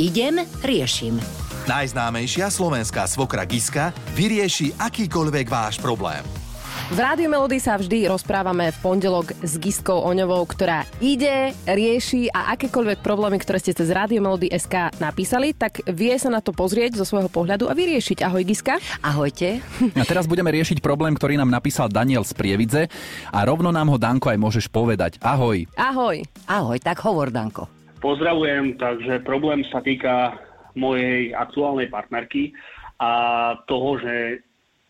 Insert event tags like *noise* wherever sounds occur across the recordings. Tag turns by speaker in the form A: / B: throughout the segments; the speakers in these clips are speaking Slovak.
A: Idem, riešim.
B: Najznámejšia slovenská svokra Giska vyrieši akýkoľvek váš problém.
C: V Rádiu Melody sa vždy rozprávame v pondelok s Giskou Oňovou, ktorá ide, rieši a akékoľvek problémy, ktoré ste cez Rádio Melody SK napísali, tak vie sa na to pozrieť zo svojho pohľadu a vyriešiť. Ahoj Giska.
A: Ahojte.
D: *laughs* A teraz budeme riešiť problém, ktorý nám napísal Daniel z Prievidze a rovno nám ho, Danko, aj môžeš povedať. Ahoj.
C: Ahoj.
A: Ahoj, tak hovor, Danko.
E: Pozdravujem, takže problém sa týka mojej aktuálnej partnerky a toho, že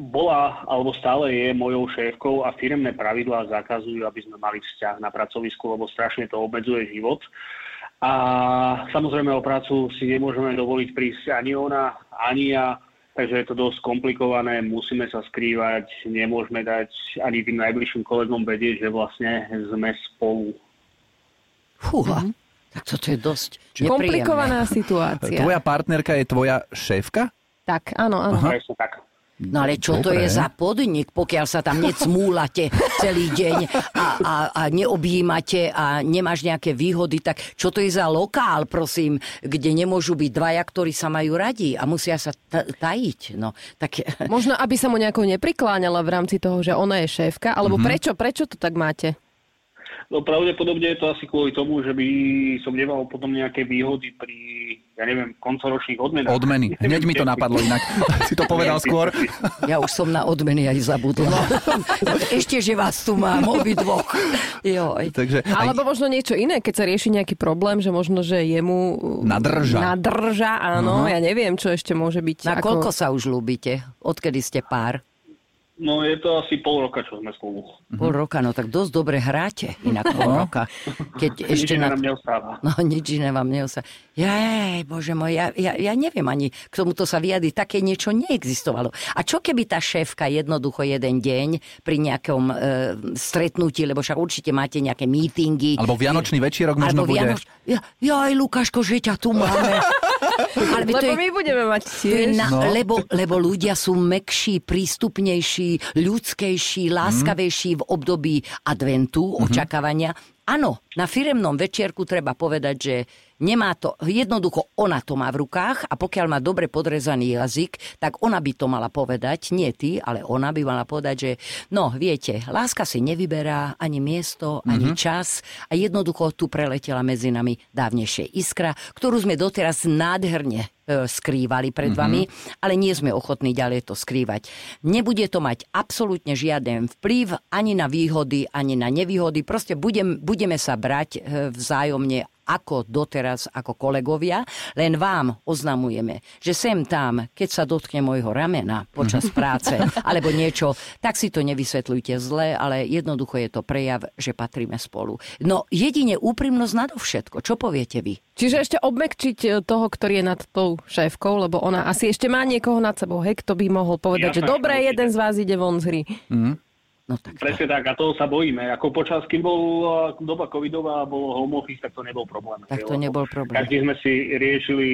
E: bola alebo stále je mojou šéfkou a firemné pravidlá zakazujú, aby sme mali vzťah na pracovisku, lebo strašne to obmedzuje život. A samozrejme o prácu si nemôžeme dovoliť prísť ani ona, ani ja, takže je to dosť komplikované, musíme sa skrývať, nemôžeme dať ani tým najbližším kolegom vedieť, že vlastne sme spolu.
A: Fúha, mm-hmm. tak toto je dosť nepríjemné.
C: Komplikovaná situácia.
D: Tvoja partnerka je tvoja šéfka?
C: Tak, áno, áno.
D: Aha.
E: Presne tak.
A: No ale čo to
D: Dobre.
A: je za podnik, pokiaľ sa tam necmúlate celý deň a, a, a neobjímate a nemáš nejaké výhody, tak čo to je za lokál, prosím, kde nemôžu byť dvaja, ktorí sa majú radi a musia sa ta- tajiť. No, tak
C: Možno, aby sa mu nejako neprikláňala v rámci toho, že ona je šéfka,
D: Mhm.
C: alebo mm-hmm. prečo, prečo to tak máte?
E: No pravdepodobne je to asi kvôli tomu, že by som nemal potom nejaké výhody pri, ja neviem, koncoročných odmenách.
D: Odmeny. Hneď mi to napadlo inak. si to povedal skôr.
A: ja už som na odmeny aj zabudla. No, Ešte, že vás tu mám, obidvoch. Joj.
D: Takže aj
C: Alebo možno niečo iné, keď sa rieši nejaký problém, že možno, že jemu... uh,
D: Nadrža.
C: Nadrža, áno. Ja neviem, čo ešte môže byť.
A: Na
C: ako-
A: koľko sa už ľúbite? Odkedy ste pár?
E: No je to asi pol roka, čo sme spolu.
A: Pol roka, no tak dosť dobre hráte, inak pol
D: Mhm. No.
A: roka. Keď
E: Ešte
A: ešte na...
E: nám neostáva.
A: No nič iné vám neosa. Jaj, bože môj, ja, ja, ja neviem ani k tomuto sa vyjadriť. Také niečo neexistovalo. A čo keby tá šéfka jednoducho jeden deň pri nejakom e, stretnutí, lebo však určite máte nejaké mítingy.
D: Alebo Vianočný večierok
A: alebo
D: možno bude.
A: Vianoč... Ja, jaj, Lukáško, že ťa tu
D: *laughs*
A: máme. Ale veď to
C: Lebo
A: je-
C: my budeme mať
A: to je
C: tiež.
A: na, no.
D: No.
A: lebo, lebo ľudia sú mekší, prístupnejší, ľudskejší, láskavejší v období adventu, očakávania. Áno, na firemnom večierku treba povedať, že nemá to, jednoducho ona to má v rukách a pokiaľ má dobre podrezaný jazyk, tak ona by to mala povedať, nie ty, ale ona by mala povedať, že no, viete, láska si nevyberá ani miesto, ani čas a jednoducho tu preletela medzi nami dávnejšie iskra, ktorú sme doteraz nádherne e, skrývali pred vami, ale nie sme ochotní ďalej to skrývať. Nebude to mať absolútne žiaden vplyv ani na výhody, ani na nevýhody. Proste budem, budeme sa brať e, vzájomne ako doteraz, ako kolegovia, len vám oznamujeme, že sem tam, keď sa dotkne môjho ramena *laughs* počas práce alebo niečo, tak si to nevysvetľujte zle, ale jednoducho je to prejav, že patríme spolu. No jedine úprimnosť nadovšetko. Čo poviete vy?
C: Čiže ešte obmekčiť e, toho, ktorý je nad tou šéfkou, lebo ona asi ešte má niekoho nad sebou, hej, kto by mohol povedať,
E: Jasné,
C: že dobre,
E: určite.
C: jeden z vás ide von z hry.
A: No tak to.
E: Presne tak, a toho sa bojíme. Ako počas, kým bol uh, doba covidová, bolo home office, tak to nebol problém.
A: Tak to
E: Lebo
A: nebol problém.
E: Každý sme si riešili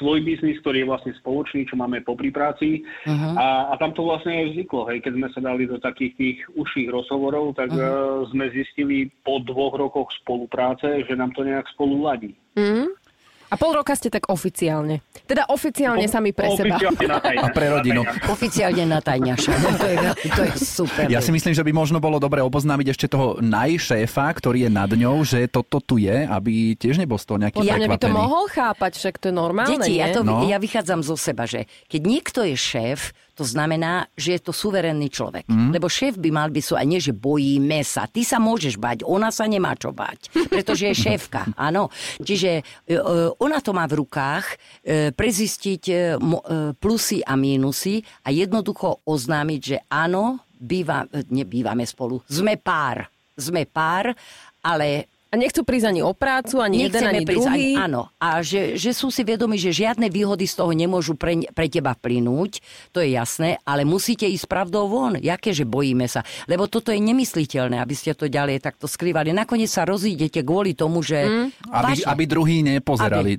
E: svoj biznis, ktorý je vlastne spoločný, čo máme popri práci.
A: Mhm.
E: A, a tam to vlastne aj vzniklo, hej, keď sme sa dali do takých tých užších rozhovorov, tak uh sme zistili po dvoch rokoch spolupráce, že nám to nejak spolu ladí.
C: Mm? A pol roka ste tak oficiálne. Teda oficiálne sami pre seba.
E: Oficiálne na tajne.
D: A pre rodinu.
E: Na tajne.
A: Oficiálne na tajňaša. No to, je, to je super.
D: Ja si myslím, že by možno bolo dobre oboznámiť ešte toho najšéfa, ktorý je nad ňou, že toto tu je, aby tiež nebol z toho nejaký
C: *laughs* Podľa mňa by to
D: prekvapený.
C: mohol chápať, však to je normálne,
A: Deti,
C: nie?
A: ja, to, no.
D: No.
A: ja vychádzam zo seba, že keď niekto je šéf, to znamená, že je to suverénny človek. Mm.
D: Mhm.
A: Lebo šéf by mal byť sú, a nie, že bojíme sa. Ty sa môžeš bať, ona sa nemá čo bať, pretože
D: *laughs*
A: je šéfka, áno. Čiže e, e, ona to má v rukách, e, prezistiť e, mo- e, plusy a mínusy a jednoducho oznámiť, že áno, býva, e, nebývame spolu, sme pár, sme pár, ale
C: A nechcú prísť ani o prácu, ani jeden,
A: Nechceme
C: ani
A: prísť
C: druhý.
A: Ani, áno, a že, že sú si vedomi, že žiadne výhody z toho nemôžu pre, pre teba plynúť, to je jasné, ale musíte ísť pravdou von. Jaké, že bojíme sa? Lebo toto je nemysliteľné, aby ste to ďalej takto skrývali. Nakoniec sa rozídete kvôli tomu, že... Mm.
D: Aby, aby druhí nepozerali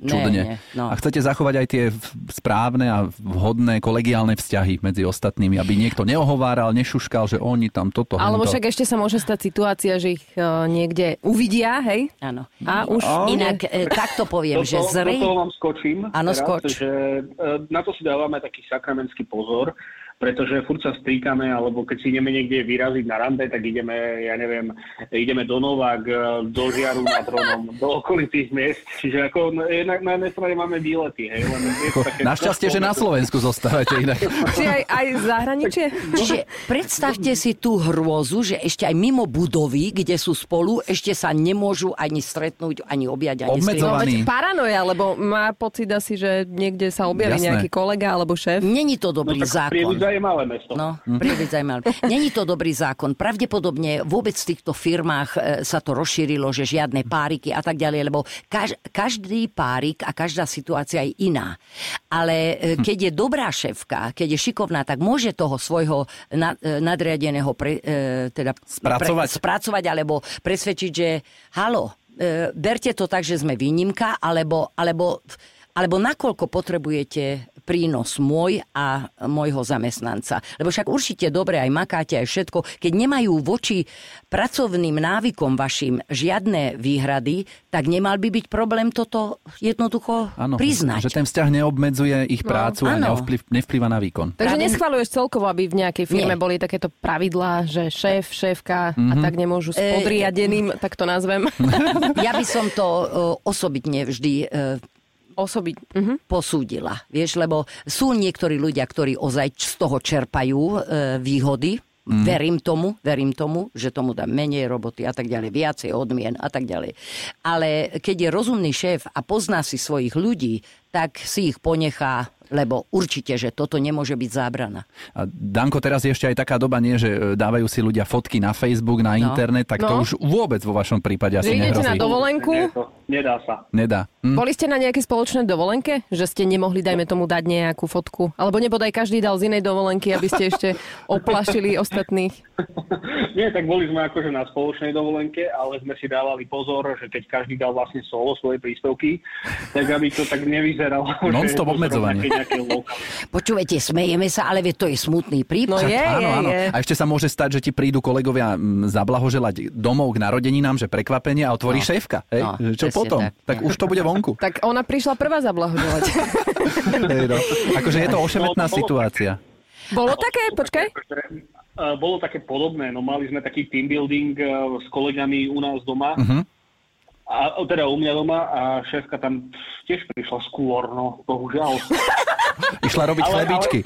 A: Aby- ne,
D: čudne.
A: ne, no.
D: A chcete zachovať aj tie v- správne a vhodné kolegiálne vzťahy medzi ostatnými, aby niekto neohováral, nešuškal, že oni tam toto...
C: Alebo
D: hento.
C: však ešte sa môže stať situácia, že ich e, niekde uvidia hej?
A: Áno.
C: A už
A: Inak e, takto poviem, že zrej...
E: Do toho vám skočím.
A: Áno,
E: teraz,
A: skoč.
E: Že, e, na to si dávame taký sakramentský pozor, pretože furt sa stríkame, alebo keď si ideme niekde vyraziť na rande, tak ideme, ja neviem, ideme do Novák, e, do Žiaru na Dronom, do okolitých miest. Čiže ako no, jednak na jednej strane máme výlety, hej, len je to také... No,
D: Našťastie, že na Slovensku zostávate inak.
C: Či aj, aj v zahraničie?
A: Čiže predstavte si tú hrôzu, že ešte aj mimo budovy, kde sú spolu, ešte sa nemôžu ani stretnúť, ani objať, ani
C: No
D: Obmedzová-
A: skrivať.
D: Zvaný.
C: veď paranoja, lebo má pocit asi, že niekde sa objaví
D: Jasné.
C: nejaký kolega alebo šéf.
A: Není to
E: No,
A: dobrý
E: tak
A: zákon.
E: Prievidza je malé mesto.
A: No, prievidza je malé. Není to dobrý zákon. Pravdepodobne vôbec v týchto firmách e, sa to rozšírilo, že žiadne páriky a tak ďalej, lebo kaž, každý párik a každá situácia je iná. Ale e, keď je dobrá šéfka, keď je šikovná, tak môže toho svojho na, e, nadriadeného pre, e, teda
D: Spracovať.
A: Pre, spracovať alebo presvedčiť, že halo, e, berte to tak, že sme výnimka, alebo, alebo, alebo nakoľko potrebujete prínos môj a môjho zamestnanca. Lebo však určite dobre aj makáte aj všetko. Keď nemajú voči pracovným návykom vašim žiadne výhrady, tak nemal by byť problém toto jednoducho
D: Áno,
A: priznať.
D: že ten vzťah neobmedzuje ich prácu a
A: áno.
D: neovplyv, nevplyva na výkon.
C: Takže
A: Práve-
C: neschvaluješ celkovo, aby v nejakej firme
A: Nie.
C: boli takéto pravidlá, že šéf, šéfka a tak nemôžu s
A: E,
C: podriadeným, tak to nazvem,
A: Ja by som to e, osobitne vždy e,
C: osobiť. Mhm.
A: posúdila. Vieš, lebo sú niektorí ľudia, ktorí ozaj z toho čerpajú e, výhody.
E: Mhm.
A: Mm. Verím tomu, verím tomu, že tomu dá menej roboty a tak ďalej, viacej odmien a tak ďalej. Ale keď je rozumný šéf a pozná si svojich ľudí, tak si ich ponechá, lebo určite, že toto nemôže byť zábrana.
D: A Danko, teraz je ešte aj taká doba, nie, že e, dávajú si ľudia fotky na Facebook, na
A: No.
D: internet, tak to
C: No.
D: už vôbec vo vašom prípade asi
C: Že idete
D: nehrozí.
C: na dovol- Dovolenku?
E: Nie je to- Nedá sa.
D: Nedá. Hm.
C: Mhm. Boli ste na nejaké spoločné dovolenke, že ste nemohli, dajme tomu, dať nejakú fotku? Alebo nebodaj každý dal z inej dovolenky, aby ste ešte oplašili ostatných?
E: *laughs* Nie, tak boli sme akože na spoločnej dovolenke, ale sme si dávali pozor, že keď každý dal vlastne solo svoje príspevky, tak aby to tak nevyzeralo. *laughs* že
D: Non-stop
E: je to
D: obmedzovanie.
E: zrovna pri nejakej lokale.
A: Počúvajte, smejeme sa, ale veď to je smutný prípad.
C: No je,
D: áno,
C: je,
D: áno.
C: je.
D: A ešte sa môže stať, že ti prídu kolegovia mm, zablahoželať domov k narodeninám, že prekvapenie a otvorí
A: No.
D: šéfka. Hej?
A: No,
D: Že čo
A: presne
D: potom?
A: tak.
D: Tak už to bude vonku.
C: Tak ona prišla prvá zablahoželať.
D: Hej, no. Akože je to ošemetná
E: No, bolo-
D: situácia.
C: Bolo také? Počkaj.
E: Akože, eh, Bolo také podobné, no mali sme taký team building eh, s kolegami u nás doma,
D: Mhm.
E: a, o, teda u mňa doma a šéfka tam tiež prišla skôr, no bohužiaľ.
D: Išla robiť
E: Ale- ale-
D: chlebičky.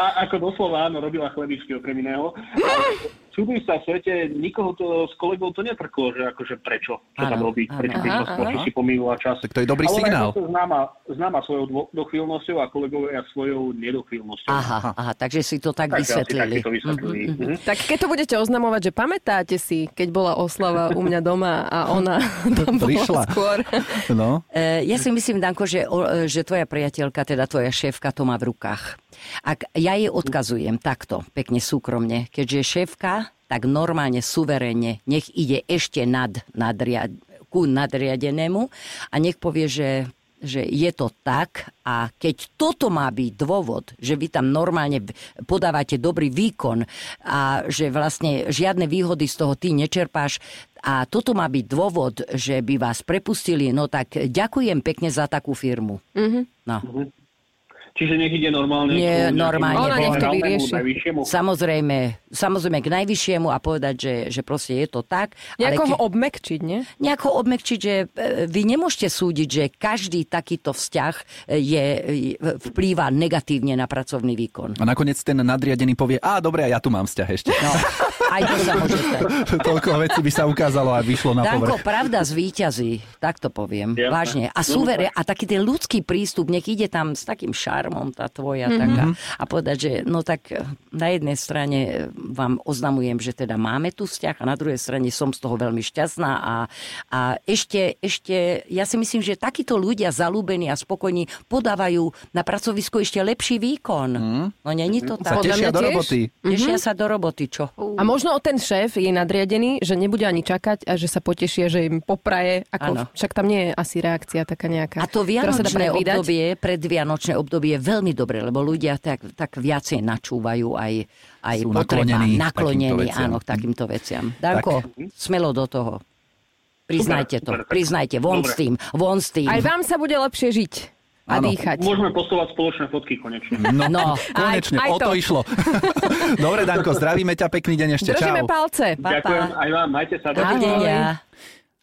E: A, ako doslova, áno, robila chlebičky okrem iného. Ale Čudím sa v svete, nikoho to, s kolegov to netrklo, že akože prečo, čo
A: Áno,
E: tam robí,
A: áno.
E: prečo prišla
C: Aha,
E: skôr, či
D: aha.
E: si pomýlila čas.
D: Tak to je dobrý
E: Ale
D: signál.
E: ona je známa, známa svojou dvo- dochvíľnosťou a kolegovia svojou nedochvíľnosťou.
A: Aha, aha, takže si to tak
E: Tak asi
A: vysvetlili.
E: Tak si to vysvetlili.
A: Mhm, mhm.
E: Mhm.
C: Tak keď to budete oznamovať, že pamätáte si, keď bola oslava u mňa doma a
A: *laughs*
C: ona tam bola
D: Prišla.
C: skôr.
D: No.
A: E, ja si myslím, Danko, že, o, e, že tvoja priateľka, teda tvoja šéfka to má v rukách. Ak ja jej odkazujem takto, pekne súkromne, keďže je šéfka, tak normálne, suverene, nech ide ešte nad, nadriad, ku nadriadenému a nech povie, že že je to tak a keď toto má byť dôvod, že vy tam normálne v- podávate dobrý výkon a že vlastne žiadne výhody z toho ty nečerpáš, a toto má byť dôvod, že by vás prepustili, no tak ďakujem pekne za takú firmu.
C: Mhm.
A: No.
E: Čiže nech ide normálne.
A: Nie,
E: k nejakému
A: normálne. Ona nech to
E: generálnemu,
C: vyrieši.
E: najvyššiemu.
A: Samozrejme, samozrejme k najvyššiemu a povedať, že, že proste je to tak. ale
C: Nejako ho
A: ke,
C: obmekčiť, nie?
A: nejako obmekčiť, že e, vy nemôžete súdiť, že každý takýto vzťah e, je, e, vplýva negatívne na pracovný výkon.
D: A nakoniec ten nadriadený povie, a dobre, a ja tu mám vzťah ešte. *laughs*
A: No, aj to sa môže stať.
D: Toľko vecí by sa ukázalo a vyšlo na
A: Danko,
D: povrch.
A: pravda zvíťazí, tak to poviem,
E: Jasné.
A: vážne. A
E: No,
A: súvere, a taký ten ľudský prístup, nech ide tam s takým šarmom tá
D: Mhm.
A: tvoja mm-hmm. taká a povedať, že no tak eh, na jednej strane eh, vám oznamujem, že teda máme tu vzťah a na druhej strane som z toho veľmi šťastná a, a ešte, ešte, ja si myslím, že takíto ľudia zalúbení a spokojní podávajú na pracovisku ešte lepší výkon. Mm-hmm. No není to
D: Mhm. Sa
A: tak.
C: Podľa
D: tešia Mhm.
C: mňa
D: do
C: tiež.
D: roboty.
A: Tešia sa do roboty, čo?
C: A možno o ten šéf je nadriadený, že nebude ani čakať a že sa potešia, že im popraje.
A: Áno.
C: Ako, však tam nie je asi reakcia taká nejaká.
A: A to
C: ktorá sa dá
A: vianočné
C: predvídať.
A: obdobie, predvianočné obdobie je veľmi dobré, lebo ľudia tak, tak viacej načúvajú aj, aj
D: Sú
A: potrebám.
D: naklonení
A: naklonení
D: takýmto veciam.
C: Mhm.
A: áno, k takýmto veciam. Danko, smelo do toho. Priznajte to,
E: Dobre, perfektne.
A: priznajte, von
E: Dobre.
A: s tým, von s tým.
C: Aj vám sa bude lepšie žiť a
D: Áno.
C: dýchať.
E: Môžeme postovať spoločné fotky konečne.
D: No,
A: No.
D: konečne,
C: Aj- aj
D: o to,
C: to.
D: išlo. *laughs* Dobre, Danko, zdravíme ťa, pekný deň ešte,
C: Držíme
D: čau.
C: palce.
A: Pa,
E: Ďakujem
A: pa.
E: aj vám, majte sa.
C: Ahoj.
A: Dovidenia.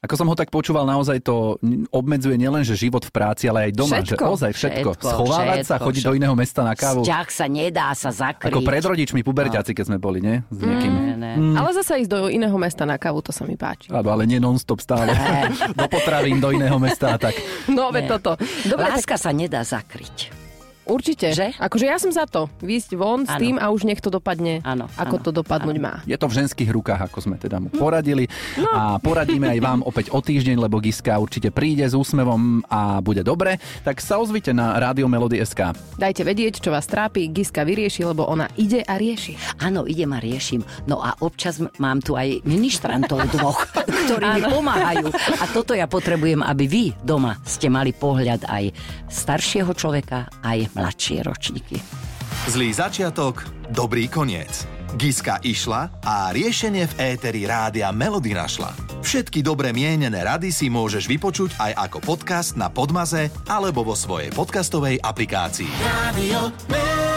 D: Ako som ho tak počúval, naozaj to n- obmedzuje nielen, že život v práci, ale aj doma.
C: Všetko.
D: Že ozaj všetko.
A: Všetko,
D: Schovávať sa,
A: všetko,
D: chodiť do iného mesta na kávu.
A: Vzťah sa nedá sa zakryť.
D: Ako pred rodičmi,
A: No.
D: puberťaci, keď sme boli, nie? S niekým.
A: Ne, ne.
C: Ale zase ísť do iného mesta na kávu, to sa mi
A: Mm.
C: páči.
D: Áno, ale nie non-stop stále. *laughs* do potravín, do iného mesta a tak.
C: No, veď
A: Nie.
C: toto. Dobre, tak
A: Láska sa nedá zakryť.
C: určite.
A: Že?
C: Akože ja som za to. Výsť von s
A: Áno.
C: tým a už nech to dopadne,
A: Áno,
C: ako
A: áno,
C: to dopadnúť má.
D: Je to v ženských rukách, ako sme teda mu poradili.
A: No.
D: A poradíme aj vám opäť o týždeň, lebo Giska určite príde s úsmevom a bude dobre. Tak sa ozvite na Rádio Melody SK.
C: Dajte vedieť, čo vás trápi, Giska vyrieši, lebo ona ide a rieši.
A: Áno, idem a riešim. No a občas m- mám tu aj ministrantov dvoch, ktorí mi pomáhajú. A toto ja potrebujem, aby vy doma ste mali pohľad aj staršieho človeka, aj mladšie ročníky.
B: Zlý začiatok, dobrý koniec. Giska išla a riešenie v éteri rádia Melody našla. Všetky dobre mienené rady si môžeš vypočuť aj ako podcast na Podmaze alebo vo svojej podcastovej aplikácii. Rádio Melody.